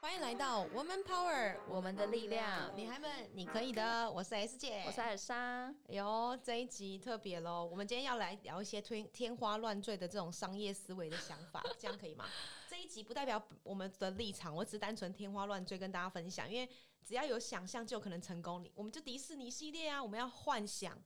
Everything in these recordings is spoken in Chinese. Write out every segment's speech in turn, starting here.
欢迎来到 Woman Power，我们的力量女孩们，你可以的。我是 S 姐，我是艾莎，哎呦，这一集特别喽！我们今天要来聊一些天天花乱坠的这种商业思维的想法，这样可以吗？这一集不代表我们的立场，我只是单纯天花乱坠跟大家分享，因为只要有想象就有可能成功。你我们就迪士尼系列啊，我们要幻想，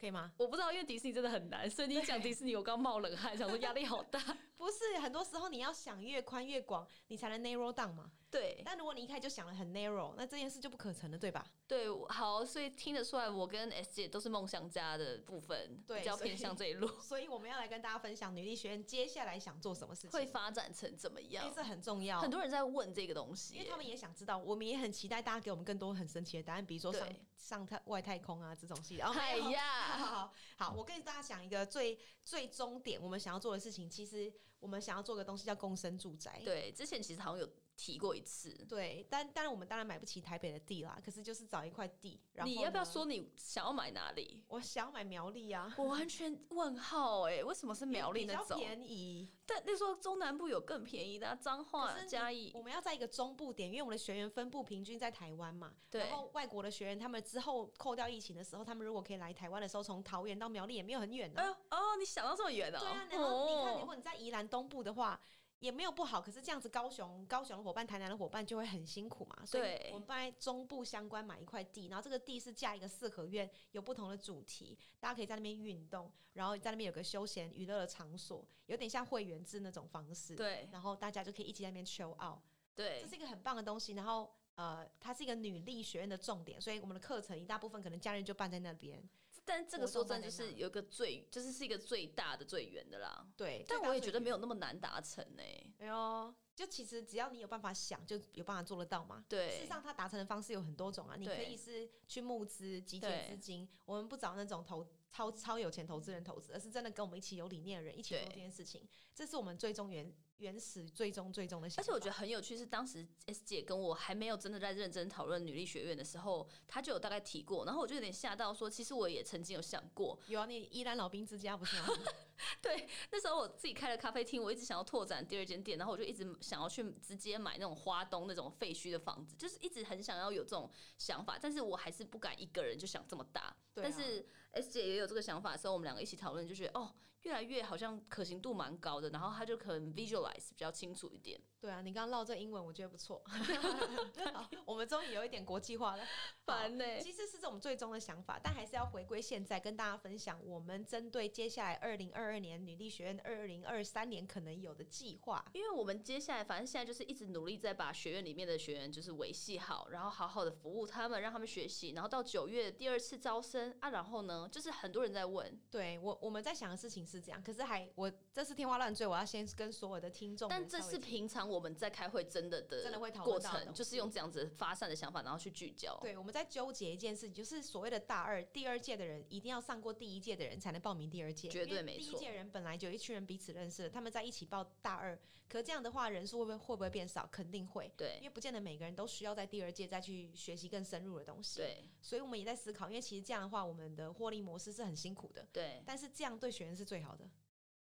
可以吗？我不知道，因为迪士尼真的很难，所以你讲迪士尼，我刚冒冷汗，想说压力好大。不是，很多时候你要想越宽越广，你才能 narrow down 嘛。 对但如果你一开始就想了很 narrow，那这件事就不可成了，对吧？对，我好，所以听得出来，我跟 S 姐都是梦想家的部分，对比较偏向这一路，所以我们要来跟大家分享女力学院接下来想做什么事情，会发展成怎么因样为？这很重要很。多人在问这个东西因为耶，他们也想知道，我们也很期待大家给我们更多很神奇的答案，比如说上对上太外太空啊这种系列。哦，哎呀 没有好好好好，我跟大家讲一个最最终点，我们想要做的事情，其实我们想要做个东西叫共生住宅。对之前其实好像有提过一次。对，但当然我们当然买不起台北的地啦，可是就是找一块地。然后你要不要呢？说你想要买哪里？我想要买苗栗啊，我完全问号哎、为什么是苗栗比那较种？便宜。但那时候中南部有更便宜的、啊，彰可化、是你嘉义我们要在一个中部点，因为我们的学员分布平均在台湾嘛。对然后外国的学员，他们之后扣掉疫情的时候，他们如果可以来台湾的时候，从桃园到苗栗也没有很远呢、哎呦哦，你想到这么远哦？对啊，然后你看，哦如果你在宜兰东部的话。也没有不好，可是这样子，高雄、高雄的伙伴、台南的伙伴就会很辛苦嘛。所以对我们在中部相关买一块地，然后这个地是架一个四合院，有不同的主题，大家可以在那边运动，然后在那边有个休闲娱乐的场所，有点像会员制那种方式。，对然后大家就可以一起在那边 show out。这对是一个很棒的东西。然后呃，它是一个女力学院的重点，所以我们的课程一大部分可能假日就办在那边。但这个活动说真范围的，就是内有一个最，就是是一个最大的最远的啦。对，但我也觉得没有，有那么难达成哎、哎呦，就其实只要你有办法想，就有办法做得到嘛。事实对，上，它达成的方式有很多种啊，你可对以是去募资、集结对资金。我们不找那种投超超有钱投资人投资，而是真的跟我们一起有理念的人一起做对这件事情。这是我们最终原原始、最终最终的想法。而且我觉得很有趣是，当时 S 姐跟我还没有真的在认真讨论女力学院的时候，她就有大概提过，然后我就有点吓到说，其实我也曾经有想过，有啊，你依然老兵之家不是 吗？对，那时候我自己开了咖啡厅，我一直想要拓展第二间店，然后我就一直想要去直接买那种花东那种废墟的房子，就是一直很想要有这种想法，但是我还是不敢一个人就想这么大。对啊但是 S 姐也有这个想法的时候，我们两个一起讨论，就觉得哦，越来越好像可行度蛮高的，然后她就可能 visualize 比较清楚一点。对啊，你刚刚唠这英文，我觉得不 错。好我们终于有一点国际化了，烦呢、欸好其实是我们最终的想法，但还是要回归现在，跟大家分享我们针对接下来二零二二年女力学院二零二三年可能有的计划。因为我们接下来，反正现在就是一直努力在把学院里面的学员就是维系好，然后好好的服务他们，让他们学习，然后到九月第二次招生啊，然后呢，就是很多人在问，对我，我们在想的事情是这样，可是还我这是天花乱坠，我要先跟所有的听众们稍但微提，这是平常我们在开会真的的真的会讨过论到的东程，西就是用这样子发散的想法，然后去聚焦。对我们在纠结一件事情，就是所谓的大二、第二届的人一定要上过第一届的人才能报名第二届，绝对因为没第一错届人本来就有一群人彼此认识的，他们在一起报大二，可这样的话人数会不会会不会变少？肯定会，因对为不见得每个人都需要在第二届再去学习更深入的东西。，对所以我们也在思考，因为其实这样的话，我们的获利模式是很辛苦的。对但是这样对学员是最好的，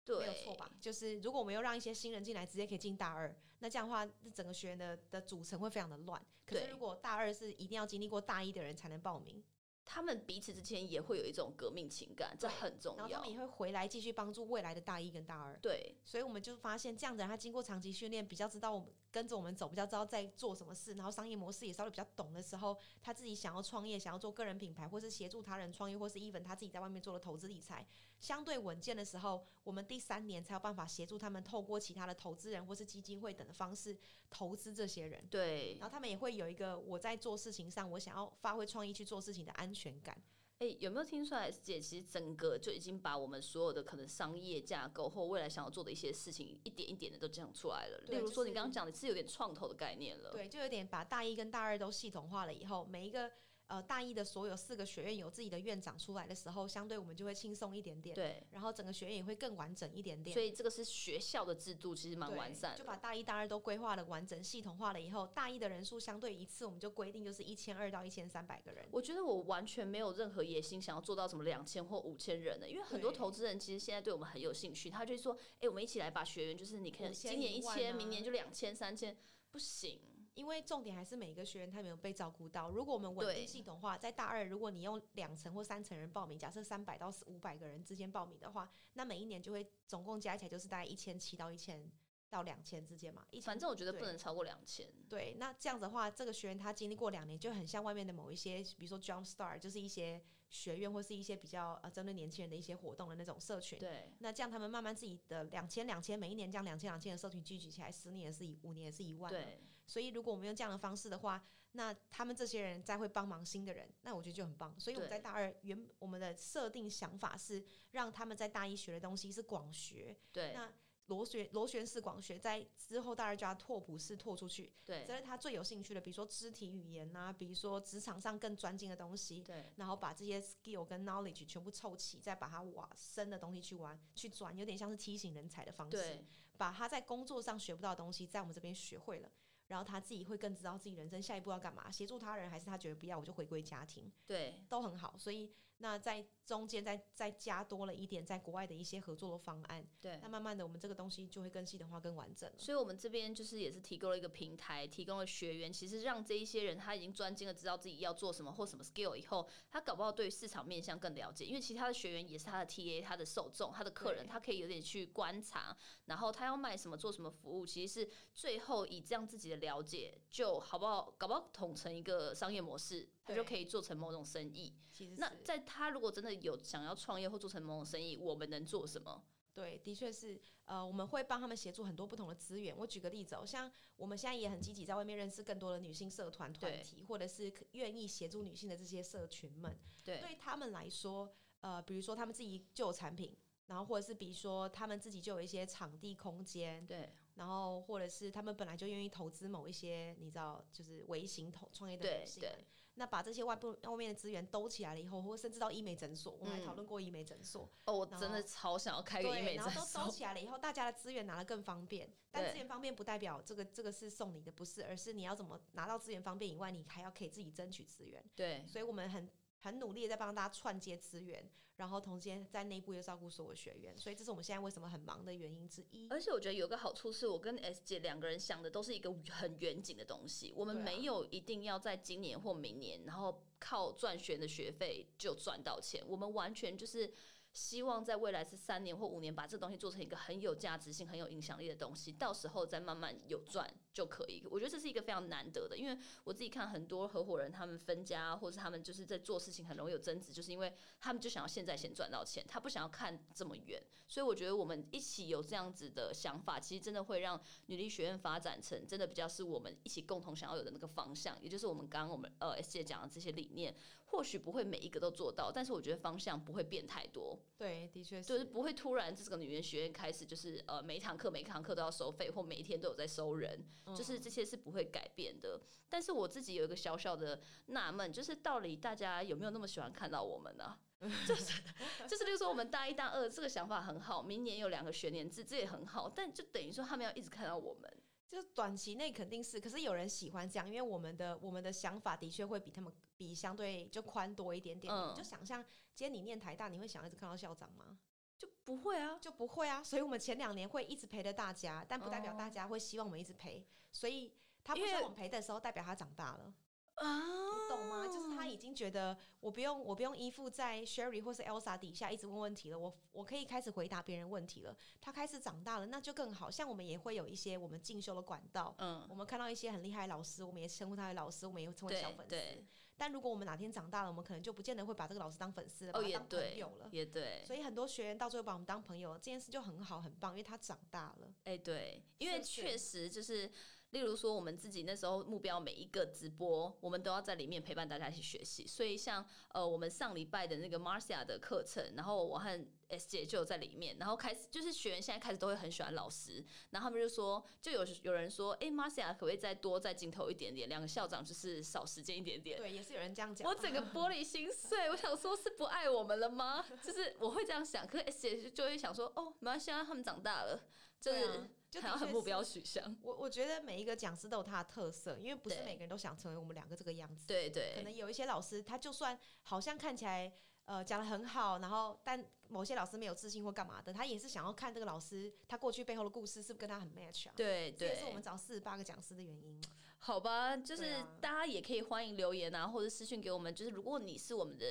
对，没有错吧？？就是如果我们又让一些新人进来，直接可以进大二，那这样的话，那整个学员的的组成会非常的乱。可是对如果大二是一定要经历过大一的人才能报名，他们彼此之间也会有一种革命情感，这很重然后他要们。也会回来继续帮助未来的大一跟大二。对所以我们就发现，这样的人他经过长期训练，比较知道我们跟着我们走，比较知道在做什么事，然后商业模式也稍微比较懂的时候，他自己想要创业、想要做个人品牌，或是协助他人创业，或是 even 他自己在外面做了投资理财，相对稳健的时候，我们第三年才有办法协助他们透过其他的投资人或是基金会等的方式投资这些人。对，然后他们也会有一个我在做事情上，我想要发挥创意去做事情的安全感。哎、有没有听出来？姐其实整个就已经把我们所有的可能商业架构或未来想要做的一些事情，一点一点的都讲出来了。对例如说，就是你刚刚讲的是有点创投的概念了。对，就有点把大一跟大二都系统化了以后，每一个呃大一的所有四个学院有自己的院长出来的时候，相对我们就会轻松一点点，对然后整个学院也会更完整一点点所。以这个是学校的制度，其实蛮对完善的。就把大一、大二都规划了完整、系统化了以后，大一的人数相对一次，我们就规定就是一千二到一千三百个人。我觉得我完全没有任何野心，想要做到什么两千或五千人的，因为很多对投资人其实现在对我们很有兴趣，他就会说：“哎、我们一起来把学员，就是你可以5000今年一10,000啊千，明年就两千、三千，不行。因为重点还是每一个学员他没有被照顾到。如果我们稳对定系统化，在大二，如果你用两层或三层人报名，假设三百到五百个人之间报名的话，那每一年就会总共加起来就是大概一千七到一千到两千之间嘛。一反正我觉得对不能超过两千。对，那这样子的话，这个学员他经历过两年，就很像外面的某一些，比如说 Jump Star，就是一些学院或是一些比较呃针对年轻人的一些活动的那种社群。对，那这样他们慢慢自己的两千两千，每一年这样两千两千的社群聚集起来，十年也是一，五年也是一万。。啊对，所以如果我们用这样的方式的话，那他们这些人再会帮忙新的人，那我觉得就很棒。所以我们对在大二原我们的设定想法是让他们在大一学的东西是广学，对，那螺旋螺旋式广学，在之后大二就要拓普式拓出去，这对，是他最有兴趣的，比如说肢体语言呐、比如说职场上更专精的东西。对，然后把这些 skill 跟 knowledge 全部凑齐，再把它往深的东西去玩去转，有点像是梯形人才的方式。对，把他在工作上学不到的东西，在我们这边学会了，然后他自己会更知道自己人生下一步要干嘛，协助他人，还是他觉得不要，我就回归家庭，对，都很好。所以那在中间再再加多了一点在国外的一些合作的方案，对那。慢慢的我们这个东西就会更系统化、更完整了。所以，我们这边就是也是提供了一个平台，提供了学员，其实让这一些人他已经专精了，知道自己要做什么或什么 skill 以后，他搞不好对市场面向更了解，因为其他的学员也是他的 TA、他的受众、他的客人，对他可以有点去观察，然后他要卖什么、做什么服务，其实是最后以这样自己的了解，就好不好，搞不好统成一个商业模式，他就对可以做成某种生意。其实那是在他如果真的有想要创业或做成某种生意，我们能做什么？对，的确是，呃，我们会帮他们协助很多不同的资源。我举个例子哦，像我们现在也很积极在外面认识更多的女性社团团对体，或者是可愿意协助女性的这些社群们。对对他们来说，呃，比如说他们自己就有产品，然后或者是比如说他们自己就有一些场地空间，对然后或者是他们本来就愿意投资某一些，你知道，就是微型投创业的对女性们。对那把这些外部外面的资源兜起来了以后，或甚至到医美诊所，我们还讨嗯论过医美诊所，哦，我然真后的超想要开个医对，美然诊后都所收。起来了以后，大家的资源拿得更方便。但对资源方便不代表这个这个是送你的，不是，而是你要怎么拿到资源方便以外，你还要可以自己争取资源。对所以我们很很努力的在帮大家串接资源，然后同时间在内部又照顾所有学员，所以这是我们现在为什么很忙的原因之一。而且我觉得有一个好处是我跟 S 姐两个人想的都是一个很远景的东西，我们对啊没有一定要在今年或明年，然后靠赚学员的学费就赚到钱，我们完全就是希望在未来是三年或五年把这个东西做成一个很有价值性、很有影响力的东西，到时候再慢慢有赚就可以。我觉得这是一个非常难得的，因为我自己看很多合伙人他们分家，或是他们就是在做事情很容易有争执，就是因为他们就想要现在先赚到钱，他不想要看这么远。所以我觉得我们一起有这样子的想法，其实真的会让女力学院发展成真的比较是我们一起共同想要有的那个方向，也就是我们刚刚我们呃 S 姐讲的这些理念，或许不会每一个都做到，但是我觉得方向不会变太多，对，的确就是是。不会突然这个女人学院开始就是呃每一堂课每一堂课都要收费，或每一天都有在收人，嗯就是这些是不会改变的。但是我自己有一个小小的纳闷，就是到底大家有没有那么喜欢看到我们呢、 就是就是，例如说我们大一、大二这个想法很好，明年有两个学年制，这也很好，但就等于说他们要一直看到我们。就是短期内肯定是，可是有人喜欢这样，因为我们的我们的想法的确会比他们比相对就宽多一点点。嗯你就想象，今天你念台大，你会想一直看到校长吗？就不会啊，就不会啊。所以我们前两年会一直陪着大家，但不代表大家会希望我们一直陪。所以他不哦因为希望我们陪的时候，代表他长大了。啊，你懂吗？就是他已经觉得我不用我不用依附在 Sherry 或是 Elsa 底下一直问问题了，我我可以开始回答别人问题了。他开始长大了，那就更好。像我们也会有一些我们进修的管道，嗯，我们看到一些很厉害的老师，我们也称呼他为老师，我们也会成为对小粉丝。对，但如果我们哪天长大了，我们可能就不见得会把这个老师当粉丝了，把哦他也当朋对友了，。也对，呃所以很多学员到最后把我们当朋友，这件事就很好很棒，因为他长大了。哎、对，因为是不是确实就是，例如说我们自己那时候目标每一个直播，我们都要在里面陪伴大家一起学习。所以像呃，我们上礼拜的那个 Marcia 的课程，然后我和 S 姐就有在里面，然后开始就是学员现在开始都会很喜欢老师，然后他们就说，就有有人说，哎、m a r c i a 可不可以再多再镜头一点点？两个校长就是少时间一点点。对，也是有人这样讲。啊我整个玻璃 心碎，我想说是不爱我们了吗？就是我会这样想，可是 S 姐就会想说，哦，没关系啊，他们长大了，就对是、啊就还的要确很目是标取向。我我觉得每一个讲师都有他的特色，因为不是对每个人都想成为我们两个这个样子。对可对能有一些老师，他就算好像看起来呃讲的很好，然后但某些老师没有自信或干嘛的，他也是想要看这个老师他过去背后的故事是不是跟他很 match 啊。对这对，也是我们找四十八个讲师的原因。好吧，就是对啊大家也可以欢迎留言啊，或者私讯给我们。就是如果你是我们的，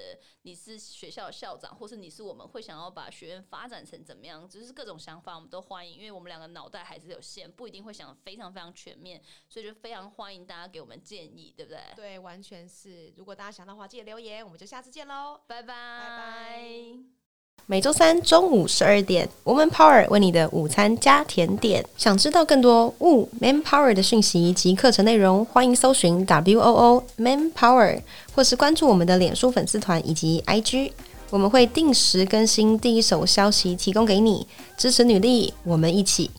你是学校的校长，或是你是我们会想要把学院发展成怎么样，就是各种想法我们都欢迎，因为我们两个脑袋还是有限，不一定会想得非常非常全面，所以就非常欢迎大家给我们建议，对不对？对，完全是。如果大家想到的话，记得留言，我们就下次见喽。拜拜拜每周三中午十二点，Woman Power 为你的午餐加甜点。想知道更多 Wo Man Power 的讯息及课程内容，欢迎搜寻 W O O Man Power，或是关注我们的脸书粉丝团以及 IG。我们会定时更新第一手消息，提供给你支持女力，我们一起